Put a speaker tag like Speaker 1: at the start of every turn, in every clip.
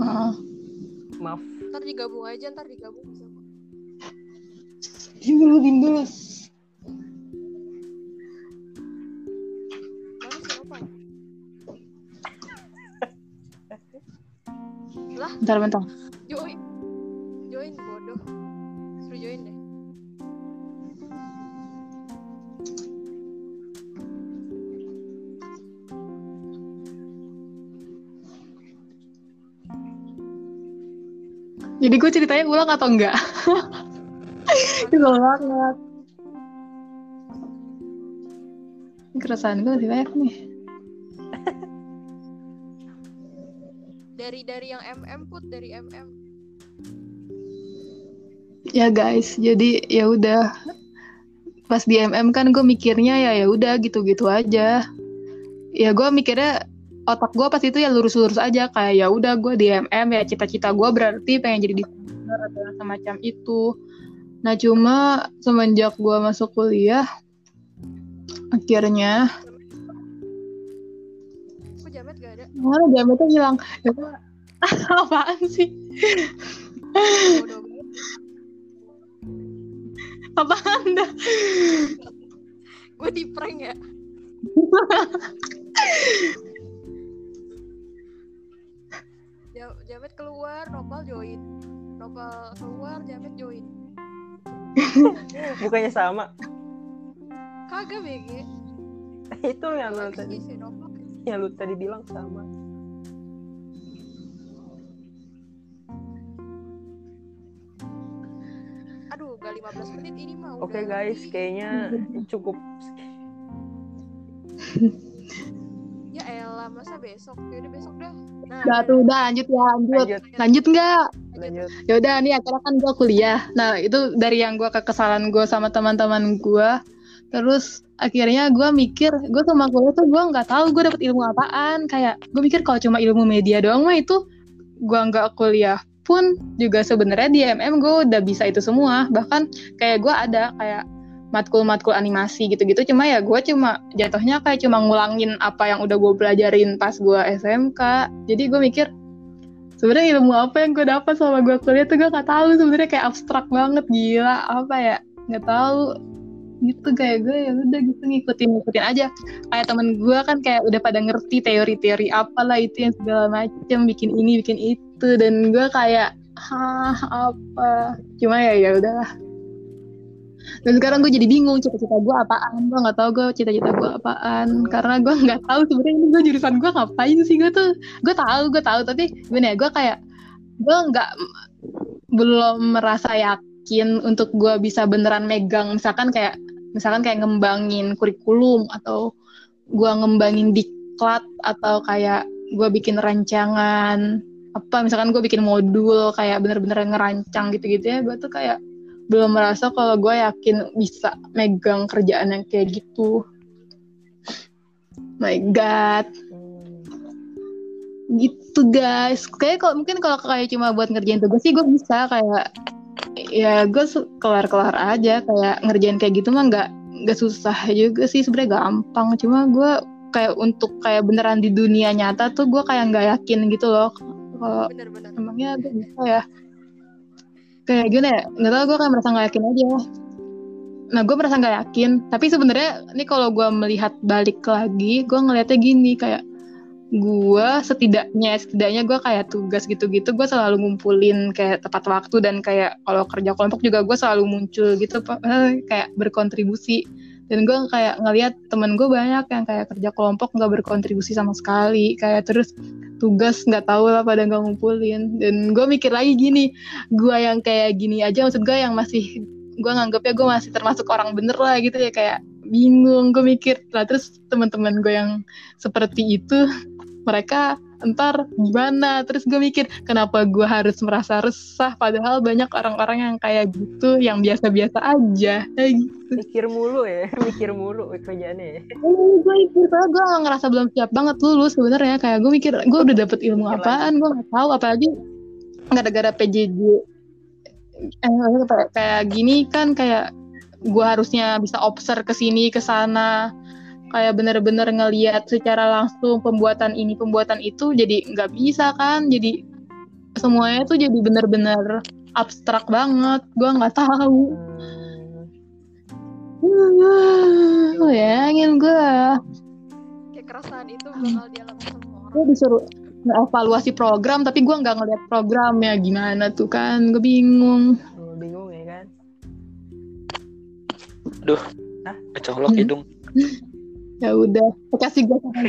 Speaker 1: Heeh.
Speaker 2: Maaf.
Speaker 3: Ntar digabung aja, ntar digabung bisa kok.
Speaker 1: Diam dulu, diam dulu.
Speaker 3: Mana sih apa ya? Lah,
Speaker 1: Bentar, bentar.
Speaker 3: join. Join bodoh. Suruh join deh.
Speaker 1: Jadi gue ceritanya ulang atau enggak? Itu banget. Ini keresahan gue lebih banyak nih.
Speaker 3: Dari dari yang MM put dari MM.
Speaker 1: Ya guys, jadi ya udah pas di MM kan gue mikirnya ya ya udah gitu-gitu aja. Ya gue mikirnya otak gue pas itu ya lurus-lurus aja kayak ya udah gue di MM ya cita-cita gue berarti pengen jadi desainer atau yang semacam itu. Nah cuma semenjak gue masuk kuliah akhirnya
Speaker 3: Kok jamet gak ada?
Speaker 1: mana jametnya hilang. Ya, gua- apaan sih?
Speaker 3: Bodoh banget.
Speaker 1: Apaan dah?
Speaker 3: Gue di prank ya. Ja- Jamet keluar, Nopal join. Nopal keluar, Jamet join.
Speaker 2: Bukannya sama.
Speaker 3: Kagak BG.
Speaker 2: Itu yang lu
Speaker 3: Kagak
Speaker 2: tadi,
Speaker 3: sih, si Nopal.
Speaker 2: yang lu tadi bilang sama.
Speaker 3: Aduh, gak 15 menit ini mah udah.
Speaker 2: Oke guys, kayaknya cukup
Speaker 3: Ya elah, masa besok? Yaudah besok dah. Nah,
Speaker 1: Udah tuh udah lanjut ya lanjut.
Speaker 2: lanjut
Speaker 1: Lanjut nggak?
Speaker 2: lanjut.
Speaker 1: ya udah nih akhirnya kan gue kuliah nah itu dari yang gue kekesalan gue sama teman-teman gue terus akhirnya gue mikir gue sama kuliah tuh gue nggak tahu gue dapet ilmu apaan kayak gue mikir kalau cuma ilmu media doang mah itu gue nggak kuliah pun juga sebenarnya di MM gue udah bisa itu semua bahkan kayak gue ada kayak matkul-matkul animasi gitu-gitu cuma ya gue cuma jatuhnya kayak cuma ngulangin apa yang udah gue pelajarin pas gue SMK jadi gue mikir sebenarnya ilmu apa yang gue dapat selama gue kuliah tuh gue nggak tahu sebenarnya kayak abstrak banget gila apa ya nggak tahu gitu kayak gue ya udah gitu ngikutin ngikutin aja kayak temen gue kan kayak udah pada ngerti teori-teori apalah itu yang segala macem bikin ini bikin itu dan gue kayak hah apa cuma ya ya udahlah dan sekarang gue jadi bingung cita-cita gue apaan gue nggak tahu gue cita-cita gue apaan karena gue nggak tahu sebenarnya ini gue jurusan gue ngapain sih gue tuh gue tahu gue tahu tapi gimana ya gue kayak gue nggak belum merasa yakin untuk gue bisa beneran megang misalkan kayak misalkan kayak ngembangin kurikulum atau gue ngembangin diklat atau kayak gue bikin rancangan apa misalkan gue bikin modul kayak bener-bener ngerancang gitu-gitu ya gue tuh kayak belum merasa kalau gue yakin bisa megang kerjaan yang kayak gitu my god
Speaker 2: Hmm.
Speaker 1: gitu guys kayak kalau mungkin kalau kayak cuma buat ngerjain tugas sih gue bisa kayak ya gue kelar kelar aja kayak ngerjain kayak gitu mah nggak nggak susah juga sih sebenarnya gampang cuma gue kayak untuk kayak beneran di dunia nyata tuh gue kayak nggak yakin gitu loh
Speaker 3: Oh,
Speaker 1: kalau
Speaker 3: bener-bener.
Speaker 1: emangnya gue bisa ya kayak gimana ya nggak tahu gue kayak merasa nggak yakin aja nah gue merasa nggak yakin tapi sebenarnya ini kalau gue melihat balik lagi gue ngelihatnya gini kayak gue setidaknya setidaknya gue kayak tugas gitu-gitu gue selalu ngumpulin kayak tepat waktu dan kayak kalau kerja kelompok juga gue selalu muncul gitu Pak. Eh, kayak berkontribusi dan gue kayak ngelihat temen gue banyak yang kayak kerja kelompok nggak berkontribusi sama sekali kayak terus tugas nggak tahu lah pada nggak ngumpulin dan gue mikir lagi gini gue yang kayak gini aja maksud gue yang masih gue nganggapnya gue masih termasuk orang bener lah gitu ya kayak bingung gue mikir lah terus teman-teman gue yang seperti itu mereka entar gimana terus gue mikir kenapa gue harus merasa resah padahal banyak orang-orang yang kayak gitu yang biasa-biasa aja kayak gitu
Speaker 2: Mikir mulu ya, mikir mulu kerjaannya ya.
Speaker 1: Eh, gue mikir soalnya gue ngerasa belum siap banget lulus sebenarnya kayak gue mikir gue udah dapet ilmu apaan gue nggak tahu apalagi gara-gara PJJ eh, kayak- kayak gini kan kayak gue harusnya bisa observe ke sini ke sana kayak bener-bener ngeliat secara langsung pembuatan ini pembuatan itu jadi nggak bisa kan jadi semuanya tuh jadi bener-bener abstrak banget gua nggak tahu
Speaker 2: Hmm,
Speaker 1: Lu bayangin gua
Speaker 3: kayak keresahan itu bakal dialami semua orang
Speaker 1: gue disuruh evaluasi program tapi gua nggak ngeliat programnya gimana tuh kan gue bingung
Speaker 2: lu bingung ya kan?
Speaker 4: kecolok
Speaker 1: Hmm.
Speaker 4: hidung
Speaker 1: ya udah kasih gue saran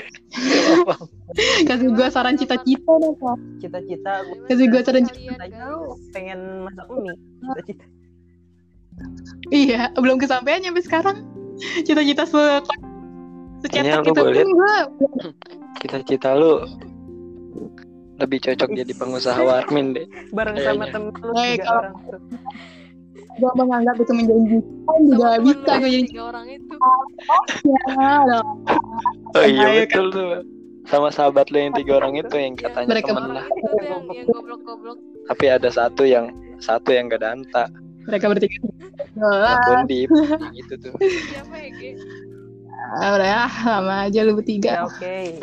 Speaker 1: kasih gue saran cita-cita deh Kak.
Speaker 2: Cita-cita gue
Speaker 1: Kasih gua saran
Speaker 3: cita
Speaker 2: pengen masak mie. Cita-cita.
Speaker 1: iya belum kesampaian sampai sekarang cita-cita se
Speaker 4: Kayaknya
Speaker 1: secetak
Speaker 4: lu
Speaker 1: itu
Speaker 4: boleh
Speaker 1: pun gue
Speaker 4: cita-cita lu lebih cocok jadi pengusaha warmin deh
Speaker 2: Bareng sama
Speaker 4: Kayaknya.
Speaker 2: temen lu
Speaker 1: Eh,
Speaker 2: tiga
Speaker 1: kalau-
Speaker 2: orang tuh.
Speaker 1: gue menganggap itu menjanjikan juga bisa Iya, gue jadi
Speaker 3: tiga orang itu
Speaker 1: salah.
Speaker 4: oh iya
Speaker 1: Bahaya,
Speaker 4: betul tuh sama sahabat lu yang tiga orang itu yang katanya
Speaker 1: Mereka
Speaker 4: temen
Speaker 3: orang
Speaker 4: lu
Speaker 3: itu tuh yang yang goblok-goblok
Speaker 4: tapi ada satu yang satu yang gak ada anta
Speaker 1: mereka bertiga Jelas,
Speaker 4: yang bondip gitu tuh
Speaker 3: siapa ya Ge?
Speaker 1: udah ya sama aja lu
Speaker 2: Ya,
Speaker 1: bertiga
Speaker 2: Oke.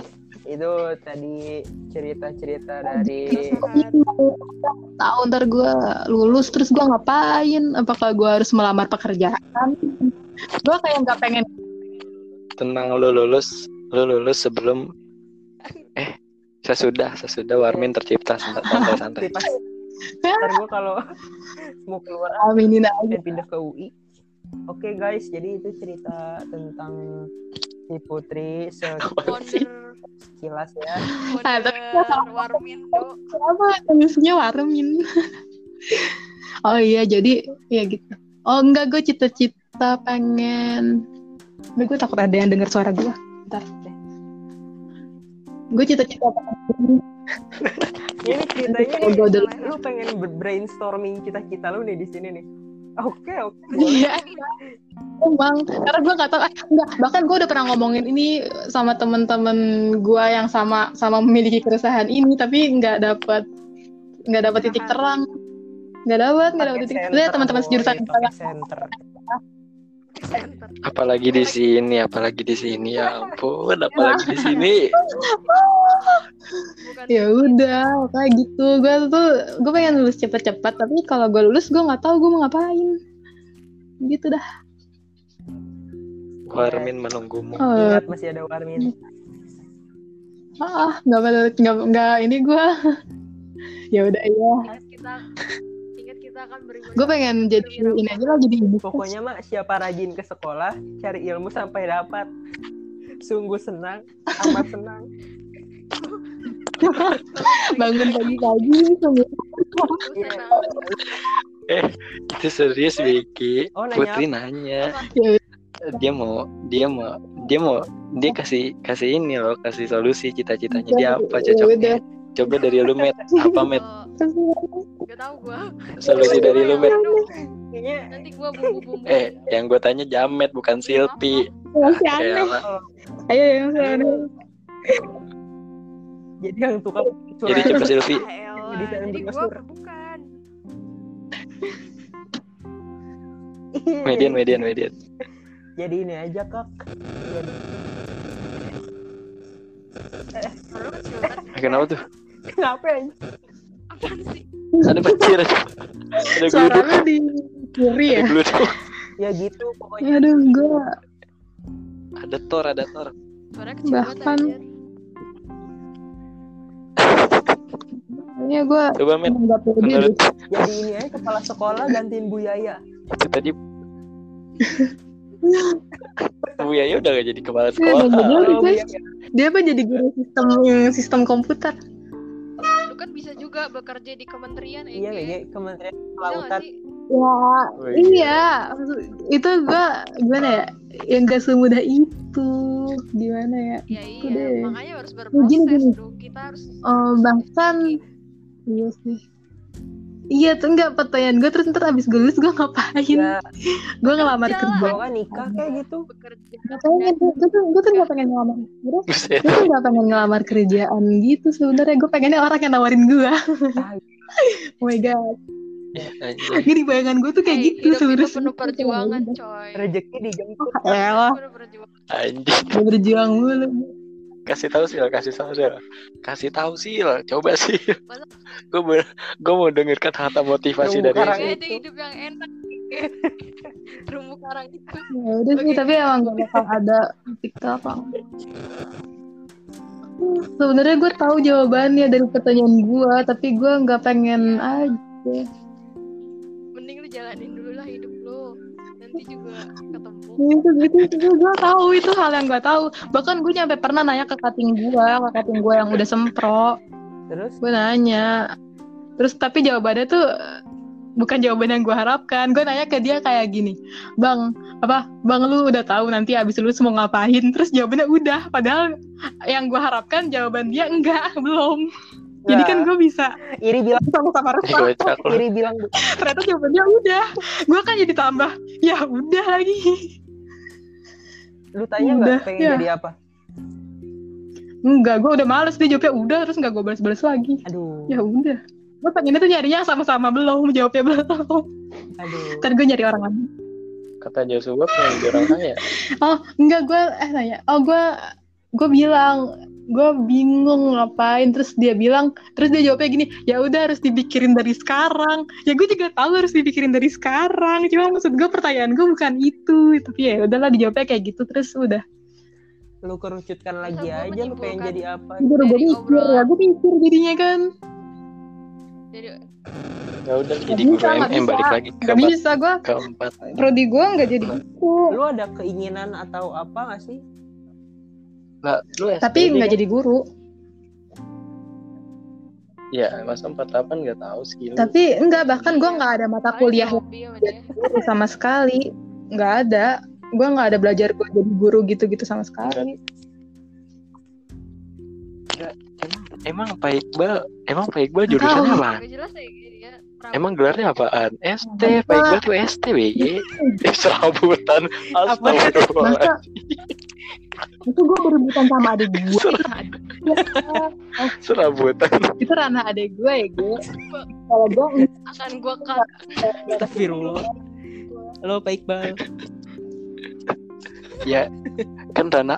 Speaker 2: Itu tadi cerita-cerita dari
Speaker 1: tahu ntar gue lulus terus gue ngapain apakah gue harus melamar pekerjaan gue kayak nggak pengen
Speaker 4: tenang lu lulus lu lulus sebelum eh sesudah sesudah warmin tercipta santai-santai
Speaker 2: Pas- Ntar gue kalau mau keluar
Speaker 1: aminin aja
Speaker 2: dan pindah ke UI. Oke guys, jadi itu cerita tentang si Putri
Speaker 3: wonder
Speaker 2: sekilas ya.
Speaker 1: Ah, tapi-
Speaker 3: wonder warmin do
Speaker 1: apa tulisnya warmin oh iya jadi ya gitu oh enggak gue cita-cita pengen Aduh, gue takut ada yang dengar suara gue ntar gue cita-cita pengen
Speaker 2: Ini ceritanya
Speaker 1: Oh, gua udah-
Speaker 2: nih, lu pengen ber- brainstorming cita-cita lu nih di sini nih. Oke, oke.
Speaker 1: Iya. Emang, karena gue nggak tahu. eh, enggak. Bahkan gue udah pernah ngomongin ini sama temen-temen gue yang sama sama memiliki keresahan ini, tapi nggak dapat nggak dapat titik terang. Nggak dapat, nggak dapat
Speaker 2: Pakai
Speaker 1: titik.
Speaker 2: center,
Speaker 1: Sebenarnya teman-teman
Speaker 2: boy,
Speaker 1: sejurusan
Speaker 2: pakai
Speaker 1: kita
Speaker 2: center.
Speaker 3: center
Speaker 4: apalagi di sini apalagi di sini ya ampun apalagi di sini
Speaker 3: bukan
Speaker 1: ya udah kayak gitu gue tuh gue pengen lulus cepet-cepet tapi kalau gue lulus gue nggak tahu gue mau ngapain gitu dah
Speaker 4: warmin menunggumu
Speaker 1: Eh,
Speaker 2: Ingat masih ada Warmin.
Speaker 1: ah nggak pada- nggak nggak ini gue ya udah ya
Speaker 3: ingat kita ingat kita akan beribadah
Speaker 1: gue pengen jadi ini aja lah jadi ibu kos.
Speaker 2: Pokoknya mah siapa rajin ke sekolah, cari ilmu sampai dapat. Sungguh senang, amat senang.
Speaker 1: bangun pagi-pagi sambil
Speaker 2: Iya.
Speaker 3: Senang.
Speaker 4: itu serius Becky
Speaker 2: Oh, nanya
Speaker 4: Putri nanya
Speaker 1: ya
Speaker 4: dia mau dia mau dia mau dia kasih kasih ini loh kasih solusi cita-citanya dia apa
Speaker 1: Ya
Speaker 4: cocoknya
Speaker 1: udah.
Speaker 4: coba dari lu met apa met
Speaker 3: Eh, nggak tahu gue
Speaker 4: solusi dari lu met
Speaker 2: Kayaknya
Speaker 3: nanti gue bumbu-bumbu
Speaker 4: eh yang gue tanya jamet bukan silpi
Speaker 1: Masih
Speaker 4: Ya
Speaker 1: aneh.
Speaker 4: elah.
Speaker 2: oh,
Speaker 1: Ayo yang aneh.
Speaker 2: jadi yang tukang
Speaker 4: jadi
Speaker 2: curhat.
Speaker 4: coba silpi
Speaker 3: Ah, elah.
Speaker 2: Jadi saya
Speaker 3: jadi
Speaker 2: ambil
Speaker 3: gue
Speaker 2: kasur.
Speaker 3: bukan
Speaker 4: median median median
Speaker 2: Jadi ini aja kak. Jadi
Speaker 3: Suara lu kecil banget.
Speaker 4: kenapa tuh
Speaker 2: kenapa ya?
Speaker 3: Apaan sih?
Speaker 4: ada banjir ada
Speaker 1: Suara
Speaker 4: geluduk
Speaker 1: lu di kiri
Speaker 4: ada
Speaker 1: ya.
Speaker 4: geluduk
Speaker 2: Ya gitu pokoknya.
Speaker 1: Aduh, gue
Speaker 4: ada tor ada tor
Speaker 3: Suara kecil
Speaker 1: Bahkan-
Speaker 3: banget, anjir.
Speaker 1: kayaknya gue
Speaker 4: coba met
Speaker 1: nggak pede deh.
Speaker 4: menurut
Speaker 2: Jadi ini aja kepala sekolah gantiin Bu Yaya.
Speaker 4: itu tadi Bu Yayo Oh ya udah gak jadi kepala
Speaker 1: Iya,
Speaker 4: sekolah
Speaker 1: nggak jadi.
Speaker 2: Kalau Bu
Speaker 1: guys.
Speaker 2: Yaya-
Speaker 1: Dia apa jadi guru sistem sistem komputer?
Speaker 3: Lu kan bisa juga bekerja di kementerian ya,
Speaker 2: Iya
Speaker 3: Ge?
Speaker 2: iya Kementerian
Speaker 3: Bisa nggak
Speaker 2: Kelautan.
Speaker 3: sih?
Speaker 1: Ya,
Speaker 4: Oh
Speaker 1: iya. Maksud- Itu gue gimana ya? Yang gak semudah itu. Gimana ya?
Speaker 3: Ya
Speaker 1: Gitu
Speaker 3: iya,
Speaker 1: deh.
Speaker 3: makanya harus berproses
Speaker 1: gini.
Speaker 3: dong. Kita harus
Speaker 1: Eh, bahkan iya sih. Iya tuh enggak pertanyaan gue terus ntar abis gue lulus gue ngapain?
Speaker 2: Ya,
Speaker 1: Gue ngelamar
Speaker 3: Kerja
Speaker 1: kerja.
Speaker 3: lah.
Speaker 2: kalau kan nikah kayak gitu.
Speaker 3: bekerja.
Speaker 1: Gak pengen, gue gue tuh gue tuh gak pengen ngelamar kerja.
Speaker 4: Buset.
Speaker 1: Gue tuh gak pengen ngelamar kerjaan gitu sebenarnya. Gue pengennya orang yang nawarin gue.
Speaker 2: Ah,
Speaker 1: Oh my god.
Speaker 4: Anjing.
Speaker 1: Jadi bayangan gue tuh kayak
Speaker 3: Hey,
Speaker 1: gitu
Speaker 3: Eh, hidup itu
Speaker 1: sebenarnya.
Speaker 3: penuh perjuangan, coy.
Speaker 2: Rezeki dijemput.
Speaker 1: Oh, Elah.
Speaker 3: Penuh perjuangan.
Speaker 4: Anjing,
Speaker 1: Gua berjuang mulu.
Speaker 4: kasih tahu sih, kasih tahu sih. Kasih tahu sih, coba sih.
Speaker 3: Masa?
Speaker 4: gue gue mau denger kata-kata motivasi
Speaker 2: Nunggu
Speaker 4: dari
Speaker 2: karang.
Speaker 1: ya.
Speaker 3: Kayaknya itu
Speaker 2: itu.
Speaker 3: hidup yang enak Terumbu karang itu
Speaker 1: Ya udah sih,
Speaker 3: Oke.
Speaker 1: tapi emang gak bakal ada TikTok Bang. Uh, Sebenarnya gue tahu jawabannya dari pertanyaan gue, tapi gue nggak pengen aja.
Speaker 3: Mending lu jalanin dulu lah hidup lu Nanti juga ketemu
Speaker 1: Itu gitu, itu gue tahu itu hal yang gue tahu. Bahkan gue nyampe pernah nanya ke kating gue, ke kating gue yang udah sempro,
Speaker 2: Terus
Speaker 1: gue nanya. Terus tapi jawabannya tuh eh, bukan jawaban yang gue harapkan. Gue nanya ke dia kayak gini, bang apa, bang lu udah tahu nanti abis lulus mau ngapain? Terus jawabannya udah. Padahal yang gue harapkan jawaban dia enggak belum. Jadi kan gue bisa
Speaker 2: ya, Iri bilang
Speaker 1: sama-sama resah.
Speaker 4: Kocak lu.
Speaker 2: Iri bilang
Speaker 1: ternyata jawabannya udah gue kan jadi tambah ya udah lagi
Speaker 2: lu tanya nggak
Speaker 1: Udah,
Speaker 2: pengen
Speaker 1: ya.
Speaker 2: jadi apa?
Speaker 1: enggak gue udah males dia jawabnya udah terus nggak gue balas-balas lagi
Speaker 2: Aduh.
Speaker 1: ya udah gue pengennya tuh nyarinya sama-sama belum jawabnya belum
Speaker 2: Aduh.
Speaker 1: ntar gue nyari orang lain
Speaker 4: Kata Joshua pengen jadi orang ya. kaya.
Speaker 1: oh enggak gue eh nanya oh gue gue bilang gue bingung ngapain terus dia bilang terus dia jawabnya gini ya udah harus dipikirin dari sekarang ya gue juga tahu harus dipikirin dari sekarang cuma maksud gue pertanyaan gue bukan itu tapi ya udahlah dijawabnya kayak gitu terus udah
Speaker 2: Lu kerucutkan lagi
Speaker 3: Masa gua
Speaker 2: aja lu pengen
Speaker 3: menyimpulkan?
Speaker 2: jadi apa?
Speaker 1: Gue
Speaker 3: Dari
Speaker 1: gue mikir,
Speaker 3: obrolan.
Speaker 1: ya gue mikir jadinya kan
Speaker 3: Jadi
Speaker 4: Ya udah jadi
Speaker 1: bisa,
Speaker 4: guru
Speaker 1: nggak
Speaker 4: MM
Speaker 1: bisa.
Speaker 4: balik lagi ke
Speaker 1: Gak
Speaker 4: bab
Speaker 1: bisa, gue
Speaker 4: keempat.
Speaker 1: prodi gue gak jadi buku
Speaker 2: Lu ada keinginan atau apa gak sih?
Speaker 4: Lah, lu
Speaker 1: Tapi gak
Speaker 4: SPB kan?
Speaker 1: jadi guru
Speaker 4: Ya, masa 48 nggak tahu skill.
Speaker 1: Tapi enggak, bahkan gue gak ada mata kuliah
Speaker 3: hobi sama dia
Speaker 1: guru sama sekali Gak ada Gue gak ada belajar gue jadi guru gitu-gitu sama sekali
Speaker 4: Emang Pak Iqbal, emang Pak Iqbal
Speaker 1: Nggak
Speaker 4: jurusannya
Speaker 1: tahu.
Speaker 4: apa?
Speaker 3: Gak jelas ya kayak dia Perawan.
Speaker 4: Emang gelarnya apaan? ST,
Speaker 1: Apa?
Speaker 4: Pak Iqbal tuh ST, BG. Serabutan. Astagfirullah.
Speaker 1: Masa Itu gue berebutan sama adik gue
Speaker 4: Serabutan.
Speaker 1: Itu ranah adik gue ya gue Kalau gue enggak
Speaker 3: akan gua cut
Speaker 2: Astagfirullah. Halo Pak Iqbal.
Speaker 4: Ya, kan dana.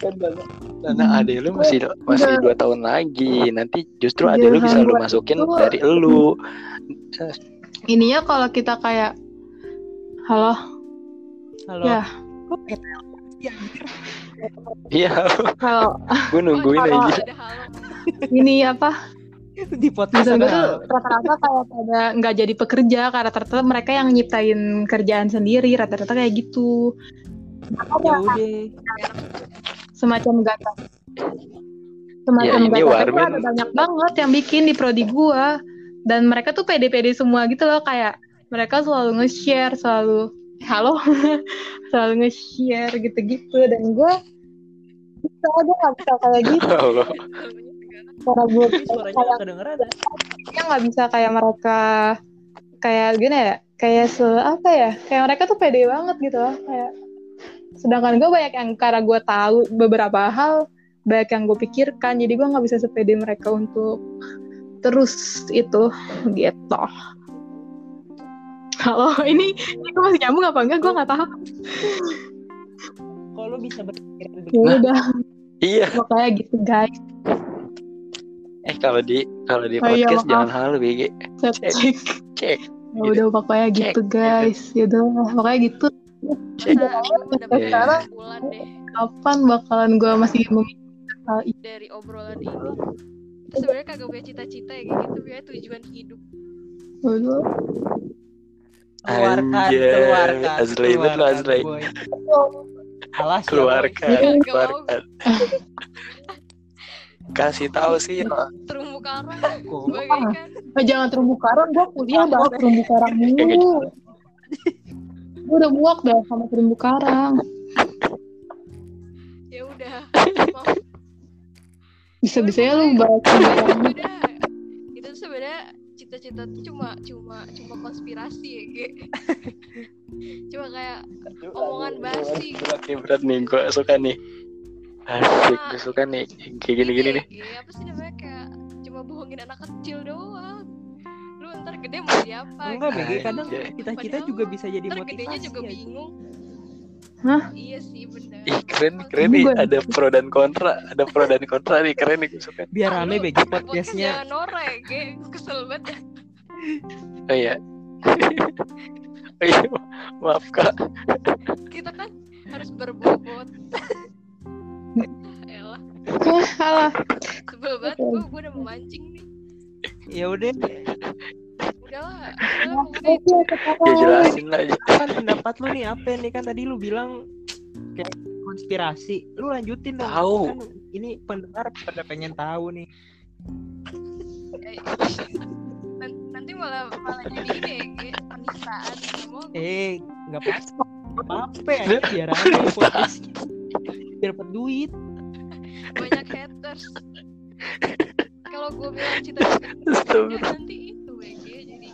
Speaker 4: kan dana. Dana ade lu masih masih dua tahun lagi. Nanti justru ade lu bisa lu masukin dari lu.
Speaker 1: Ininya kalau kita kayak Halo
Speaker 2: Halo.
Speaker 1: Ya.
Speaker 4: Iya,
Speaker 1: Kalau
Speaker 4: gue nungguin
Speaker 1: Halo.
Speaker 4: aja.
Speaker 3: Ada halo
Speaker 1: ini apa
Speaker 2: Di podcast
Speaker 1: Dosen gue
Speaker 2: ada
Speaker 1: tuh
Speaker 2: halo.
Speaker 1: rata-rata kayak pada nggak jadi pekerja karena rata-rata mereka yang nyiptain kerjaan sendiri rata-rata kayak gitu
Speaker 2: Ya
Speaker 1: Makanya
Speaker 2: udah.
Speaker 1: semacam gata semacam
Speaker 4: Ya, ini
Speaker 1: gata kerja
Speaker 4: Warmin.
Speaker 1: ada banyak banget yang bikin di prodi gua dan mereka tuh pede-pede semua gitu loh kayak mereka selalu nge-share selalu halo selalu nge-share gitu-gitu dan gua bisa aja nggak bisa kayak gitu
Speaker 4: Allah.
Speaker 1: cara gue
Speaker 2: Ini
Speaker 1: kayak
Speaker 2: suaranya gak kedengeran.
Speaker 1: yang nggak bisa kayak mereka kayak gini ya kayak se apa ya kayak mereka tuh pede banget gitu loh kayak sedangkan gue banyak yang karena gue tahu beberapa hal banyak yang gue pikirkan jadi gue nggak bisa sepede mereka untuk terus itu gitu halo ini, ini gue masih nyambung apa enggak gue nggak tahu
Speaker 2: Kok lu bisa berpikiran
Speaker 1: ya
Speaker 2: gitu. begitu?
Speaker 1: udah
Speaker 4: Iya.
Speaker 1: pokoknya gitu guys
Speaker 4: Eh kalau di kalau di
Speaker 1: Oh, iya,
Speaker 4: podcast
Speaker 1: maaf.
Speaker 4: jangan hal BG.
Speaker 1: cek cek
Speaker 4: Cek.
Speaker 1: ya udah pokoknya
Speaker 4: Cek.
Speaker 1: gitu guys ya udah pokoknya gitu
Speaker 4: Cek.
Speaker 3: Masa gua
Speaker 4: Iya.
Speaker 3: udah bulan deh
Speaker 1: kapan bakalan gue masih memikirin hal ini
Speaker 3: dari obrolan ini Gua sebenarnya kagak punya cita-cita ya kayak gitu biar tujuan hidup
Speaker 1: dulu
Speaker 2: Keluarkan,
Speaker 4: Anjay.
Speaker 2: keluarkan.
Speaker 4: Azrael, lu
Speaker 2: keluarkan,
Speaker 4: Azrael.
Speaker 2: boy. Alas ya, boy.
Speaker 4: Keluarkan,
Speaker 3: Nggak
Speaker 4: keluarkan. Kasih tahu sih. ya.
Speaker 3: terumbu karang
Speaker 2: Kok
Speaker 3: sebagai kan
Speaker 1: Eh, jangan terumbu karang, gue kuliah bahas terumbu karang dulu. gue udah muak dah sama terumbu karang.
Speaker 3: ya udah
Speaker 1: Bisa-bisanya lu bahas
Speaker 3: ya
Speaker 1: terumbu karang.
Speaker 3: udah itu tuh sebenarnya cita-cita tuh cuma cuma cuma konspirasi ya kayak cuma kayak Omongan basi.
Speaker 4: Berat nih, berat nih. Gue suka nih. Asik, gue suka nih. Kayak gini-gini nih.
Speaker 3: Iya, iya, apa sih namanya kayak cuma bohongin anak kecil doang lu ntar gede mau jadi apa
Speaker 2: Enggak, BG kadang
Speaker 4: Anjay.
Speaker 2: kita kita juga bisa jadi
Speaker 3: ntar
Speaker 2: motivasi.
Speaker 3: gedenya juga
Speaker 2: ya.
Speaker 3: bingung Iya sih bener.
Speaker 4: Ih keren keren nih
Speaker 1: Gua-
Speaker 4: ada pro dan kontra, ada pro dan kontra nih keren nih maksudnya.
Speaker 2: Biar rame
Speaker 3: Lu
Speaker 2: bagi
Speaker 3: buat podcast
Speaker 2: podcastnya.
Speaker 3: Jangan norak ya, Ge. Gua Kesel banget. ya.
Speaker 4: Oh iya. Oh iya, maaf kak.
Speaker 3: Kita kan harus berbobot. Elah,
Speaker 1: Wah, gitu. alah.
Speaker 3: sebel banget. Gue gue udah memancing nih.
Speaker 2: Ya udah,
Speaker 3: Udahlah, udahlah pokoknya
Speaker 1: Oke, ketawa.
Speaker 4: Ya jelasin lah.
Speaker 2: apa pendapat lo nih apa nih kan tadi lu bilang kayak konspirasi. Lu lanjutin dong.
Speaker 4: Tahu.
Speaker 2: Kan ini pendengar pada pengen tahu nih.
Speaker 3: Eh, nan- Eh, nanti malah malah jadi ini ya, Ge. penistaan ngomong
Speaker 2: Eh, nggak apa-apa. Nggak apa-apa aja biar rame podcastnya. Biar dapat duit.
Speaker 3: banyak haters kalau gue bilang cita-cita
Speaker 4: Astaga.
Speaker 3: ya nanti itu ya Ge. jadi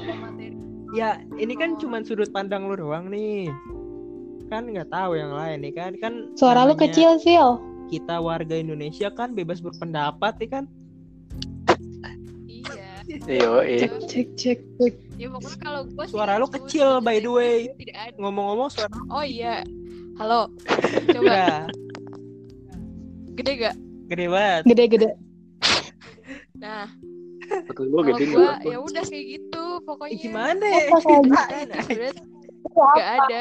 Speaker 3: kayak materi
Speaker 2: Ya, ini kan cuman sudut pandang lu doang nih. Kan nggak tahu yang lain nih kan. Kan
Speaker 1: Suara lu
Speaker 2: namanya
Speaker 1: kecil, Sil.
Speaker 2: Kita warga Indonesia kan bebas berpendapat nih kan.
Speaker 3: iya
Speaker 4: Yo eh.
Speaker 1: Cek, cek, cek, cek.
Speaker 3: ya pokoknya kalau gue
Speaker 2: Suara lu kecil, by the way.
Speaker 3: tidak ada
Speaker 2: Ngomong-ngomong suara
Speaker 3: oh iya halo
Speaker 1: Iya.
Speaker 3: coba
Speaker 2: udah
Speaker 3: gede gak
Speaker 2: gede banget.
Speaker 1: Gede, gede.
Speaker 3: nah
Speaker 4: Gue
Speaker 3: kalau
Speaker 4: gede nih.
Speaker 3: gue ya udah kayak gitu pokoknya
Speaker 2: Ih, Gimana? ya?
Speaker 1: Apa Iya. kayak gitu?
Speaker 3: Cita-cita sebenarnya gak ada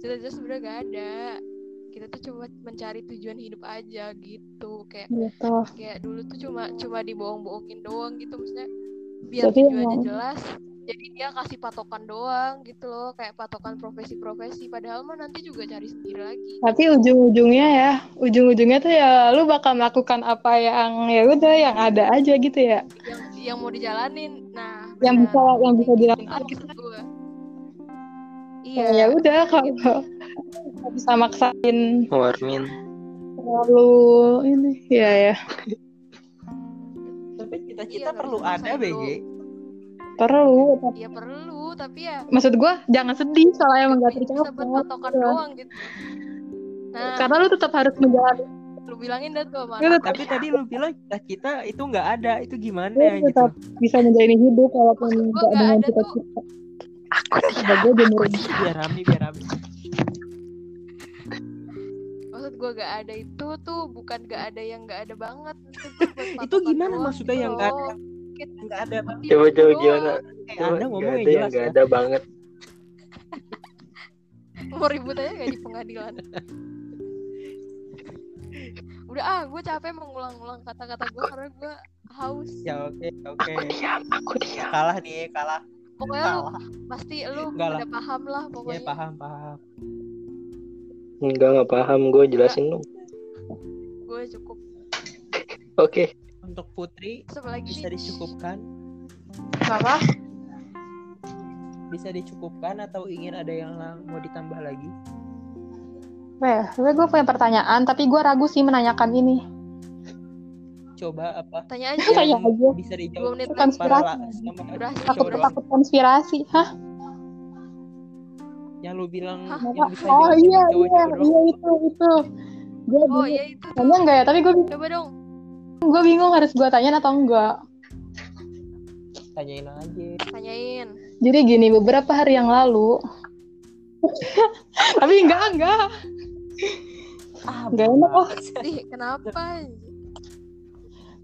Speaker 3: cita-cita sebenarnya gak ada kita tuh cuma mencari tujuan hidup aja gitu kayak
Speaker 1: Gitu.
Speaker 3: kayak dulu tuh cuma cuma dibohong-bohongin doang gitu maksudnya biar
Speaker 1: Tapi
Speaker 3: tujuannya
Speaker 1: emang-
Speaker 3: jelas jadi dia kasih patokan doang gitu loh kayak patokan profesi-profesi padahal mah nanti juga cari sendiri lagi
Speaker 1: Tapi ujung-ujungnya ya, ujung-ujungnya tuh ya lu bakal melakukan apa yang ya udah yang ada aja gitu ya.
Speaker 3: yang yang mau dijalanin nah
Speaker 1: Yang
Speaker 3: benar.
Speaker 1: bisa yang
Speaker 3: Kayak
Speaker 1: bisa
Speaker 3: gitu
Speaker 1: dilakukan gitu.
Speaker 3: maksud gua. iya
Speaker 1: Ya udah kalau nggak bisa maksain
Speaker 4: Warmin.
Speaker 1: terlalu ini ya ya
Speaker 2: Tapi
Speaker 3: Iya,
Speaker 2: cita-cita
Speaker 3: harus
Speaker 2: perlu ada,
Speaker 3: dipaksain dulu.
Speaker 2: BG.
Speaker 1: perlu tapi
Speaker 3: ya perlu tapi ya
Speaker 1: maksud gua jangan sedih kalau emang nggak
Speaker 3: bisa buat
Speaker 1: tercapai
Speaker 3: patokan
Speaker 1: Iya. Kan-
Speaker 3: doang gitu nah
Speaker 1: karena lu tetap harus menjalani
Speaker 3: lu bilangin dah tuh sama
Speaker 1: Lu
Speaker 3: anak.
Speaker 2: Tapi tadi lu bilang cita-cita itu nggak ada, itu gimana
Speaker 1: Iya,
Speaker 2: gitu.
Speaker 1: tetap. bisa menjalani hidup walaupun
Speaker 3: Maksud gua
Speaker 1: nggak
Speaker 3: nggak
Speaker 1: dengan
Speaker 3: ada tuh.
Speaker 1: cita-cita sebagai gemuruh
Speaker 2: Biar rame, biar rame.
Speaker 3: maksud gua gak ada itu tuh bukan gak ada yang gak ada banget
Speaker 2: Itu gimana maksudnya yang nggak
Speaker 3: gak
Speaker 2: ada? Nggak ada.
Speaker 4: Coba coba
Speaker 3: Gitu
Speaker 4: gimana? Ya
Speaker 2: Kayak
Speaker 4: Coba,
Speaker 2: Anda ngomong
Speaker 4: nggak
Speaker 2: yang
Speaker 4: ada yang
Speaker 2: jelas
Speaker 4: nggak
Speaker 2: ya.
Speaker 4: ada banget.
Speaker 3: mau ribut aja gak di pengadilan udah ah gue capek mengulang-ulang kata-kata gue karena gue haus
Speaker 2: Ya oke, oke.
Speaker 4: Diam, aku diam.
Speaker 2: Kalah nih, kalah.
Speaker 3: Ya, pokoknya lu
Speaker 2: Kalah.
Speaker 3: pasti lu
Speaker 2: Nggak lah.
Speaker 3: udah paham lah
Speaker 2: Ya
Speaker 3: pokoknya
Speaker 2: paham, paham.
Speaker 4: Enggak nggak paham gue jelasin dong.
Speaker 3: gue cukup
Speaker 4: Oke.
Speaker 2: Untuk Putri
Speaker 3: sebelah lagi
Speaker 2: bisa
Speaker 1: Iya.
Speaker 2: dicukupkan,
Speaker 1: apa
Speaker 2: bisa dicukupkan atau ingin ada yang lang- mau ditambah lagi?
Speaker 1: Weh, gue punya pertanyaan tapi gua ragu sih menanyakan ini
Speaker 2: Coba apa?
Speaker 3: tanya aja
Speaker 1: Kayak
Speaker 2: Yang
Speaker 1: aja.
Speaker 2: bisa
Speaker 3: Dua
Speaker 2: dijawab
Speaker 3: menit
Speaker 1: Bukan
Speaker 2: para
Speaker 1: inspirasi.
Speaker 2: la- sama
Speaker 3: Berhasil,
Speaker 1: takut
Speaker 2: cowok doang.
Speaker 1: takut konspirasi hah
Speaker 2: yang lu bilang
Speaker 3: Hah?
Speaker 2: yang bisa
Speaker 1: oh
Speaker 2: dijawab
Speaker 1: iya
Speaker 2: cowok
Speaker 1: iya
Speaker 2: doang.
Speaker 1: iya itu itu gue
Speaker 3: oh
Speaker 1: bingung
Speaker 3: ya itu tuh.
Speaker 1: tanya nggak ya tapi gue
Speaker 3: coba dong
Speaker 1: gue bingung harus gue tanyain atau enggak
Speaker 2: Tanyain aja.
Speaker 3: tanyain
Speaker 1: Jadi gini, beberapa hari yang lalu. Tapi enggak, enggak.
Speaker 2: Ah,
Speaker 1: Enggak enak oh.
Speaker 3: ih kenapa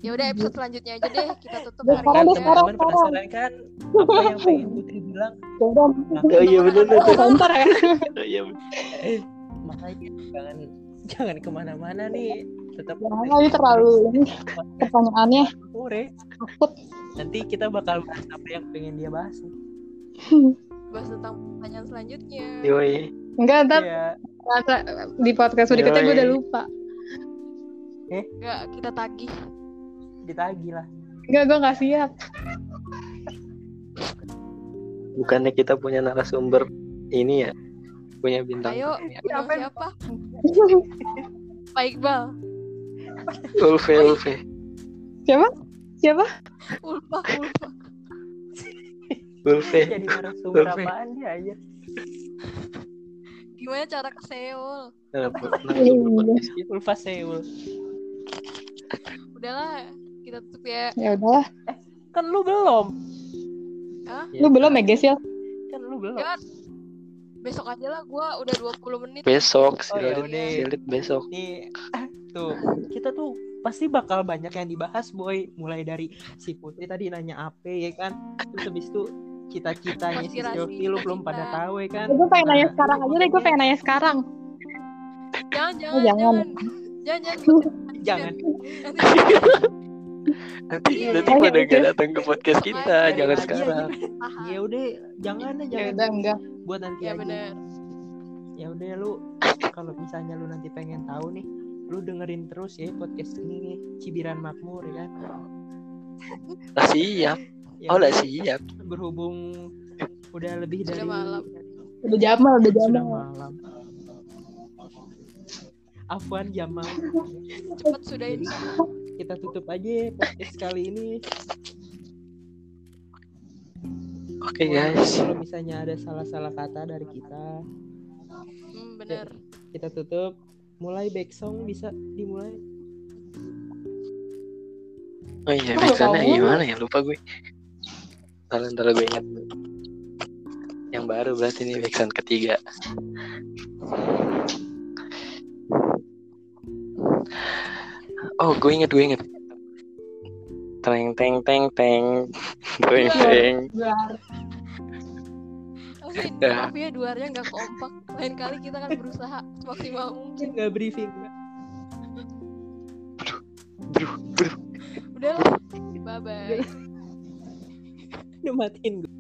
Speaker 3: ya udah episode selanjutnya aja deh kita tutup
Speaker 1: Deh,
Speaker 3: hari
Speaker 1: sekarang
Speaker 3: ini ya.
Speaker 1: deh, sekarang.
Speaker 2: Kan teman-teman penasaran kan apa yang pengen Putri bilang? Nah,
Speaker 1: Yaudah,
Speaker 4: Oh iya benar
Speaker 1: Oh,
Speaker 4: benar.
Speaker 1: bentar ya.
Speaker 4: Oh iya.
Speaker 2: Eh, makanya jangan jangan kemana-mana nih. Tetap
Speaker 1: Jangan lagi terlalu ini pertanyaannya.
Speaker 2: sore.
Speaker 1: Takut.
Speaker 2: Nanti kita bakal bahas apa yang pengen dia bahas. nih.
Speaker 3: bahas tentang pertanyaan selanjutnya
Speaker 4: Yoi.
Speaker 1: Enggak, ntar
Speaker 2: Iya.
Speaker 1: ntar di podcast berikutnya gue udah lupa.
Speaker 3: nggak kita tagih
Speaker 2: ditagi lah.
Speaker 1: Enggak, gue enggak siap.
Speaker 4: Bukannya kita punya narasumber ini ya? Punya bintang.
Speaker 3: ayo
Speaker 4: ya?
Speaker 3: undang
Speaker 2: Siapa?
Speaker 3: siapa Pak Iqbal
Speaker 4: Ulfe Ulfe.
Speaker 1: Siapa? Siapa?
Speaker 3: Ulfa Ulfa
Speaker 4: Ulfe.
Speaker 2: Jadi narasumber
Speaker 4: Tapi-
Speaker 2: apaan dia aja.
Speaker 3: gimana cara ke Seoul
Speaker 4: Kenapa?
Speaker 1: Iya,
Speaker 4: Narasumber podcast kita.
Speaker 2: Ulfa Seul.
Speaker 3: udahlah kita tutup ya
Speaker 1: Ya udahlah.
Speaker 2: Kan lu belum.
Speaker 1: Lu belum ya, guys ya?
Speaker 3: Ya.
Speaker 2: Kan lu belum.
Speaker 3: Jangan. besok aja lah gue udah 20 menit
Speaker 4: besok
Speaker 2: Oh, ya
Speaker 4: silit,
Speaker 2: udah.
Speaker 4: silit besok
Speaker 2: Nih, tuh kita tuh pasti bakal banyak yang dibahas boy mulai dari si Putri tadi nanya apa ya kan terus habis itu cita-citanya si
Speaker 3: Konspirasi,
Speaker 2: Silvi lu belum pada
Speaker 3: cita-cita.
Speaker 2: tahu ya kan
Speaker 1: Gue pengen nanya
Speaker 2: Nah,
Speaker 1: sekarang aja deh, gue pengen nanya sekarang.
Speaker 3: jangan jangan
Speaker 1: Oh, jangan.
Speaker 3: jangan jangan jangan
Speaker 2: jangan
Speaker 4: nanti
Speaker 3: Iya,
Speaker 4: nanti
Speaker 1: iya,
Speaker 4: pada
Speaker 1: iya.
Speaker 4: nggak datang ke podcast kita
Speaker 3: Makanya,
Speaker 4: jangan
Speaker 2: iya,
Speaker 4: sekarang
Speaker 3: Paham.
Speaker 2: ya udah jangan lah,
Speaker 1: Ya
Speaker 2: jangan
Speaker 1: udah enggak.
Speaker 2: buat nanti
Speaker 3: ya
Speaker 2: aja.
Speaker 3: benar
Speaker 2: ya udah lu kalau misalnya lu nanti pengen tahu nih lu dengerin terus ya podcast ini nih Cibiran Makmur ya kan
Speaker 4: lah Ah, siap
Speaker 2: Ya
Speaker 4: oh lah
Speaker 2: udah,
Speaker 4: siap
Speaker 2: berhubung udah lebih
Speaker 3: Sudah
Speaker 2: dari
Speaker 3: malam.
Speaker 1: Udah Jamal, udah
Speaker 2: sudah
Speaker 1: Jamal.
Speaker 2: malam Afwan Jamal
Speaker 3: cepat sudah ini
Speaker 2: kita tutup aja podcast kali ini
Speaker 4: oke guys
Speaker 2: kalau misalnya ada salah-salah kata dari kita
Speaker 3: hmm, benar
Speaker 2: kita tutup mulai back song bisa dimulai
Speaker 4: oh iya
Speaker 1: Kalau
Speaker 4: biasanya
Speaker 1: kamu-
Speaker 4: gimana ya lupa gue ntar ntar gue ingat yang baru berarti ini backsound ketiga oh gue inget gue inget teng teng teng teng teng teng
Speaker 1: Duar.
Speaker 3: Oke,
Speaker 4: Ya.
Speaker 3: maaf ya duarnya nggak kompak lain kali kita akan berusaha semaksimal mungkin
Speaker 2: nggak briefing
Speaker 4: Bro, bro.
Speaker 3: udah lah bye bye
Speaker 2: udah matiin gue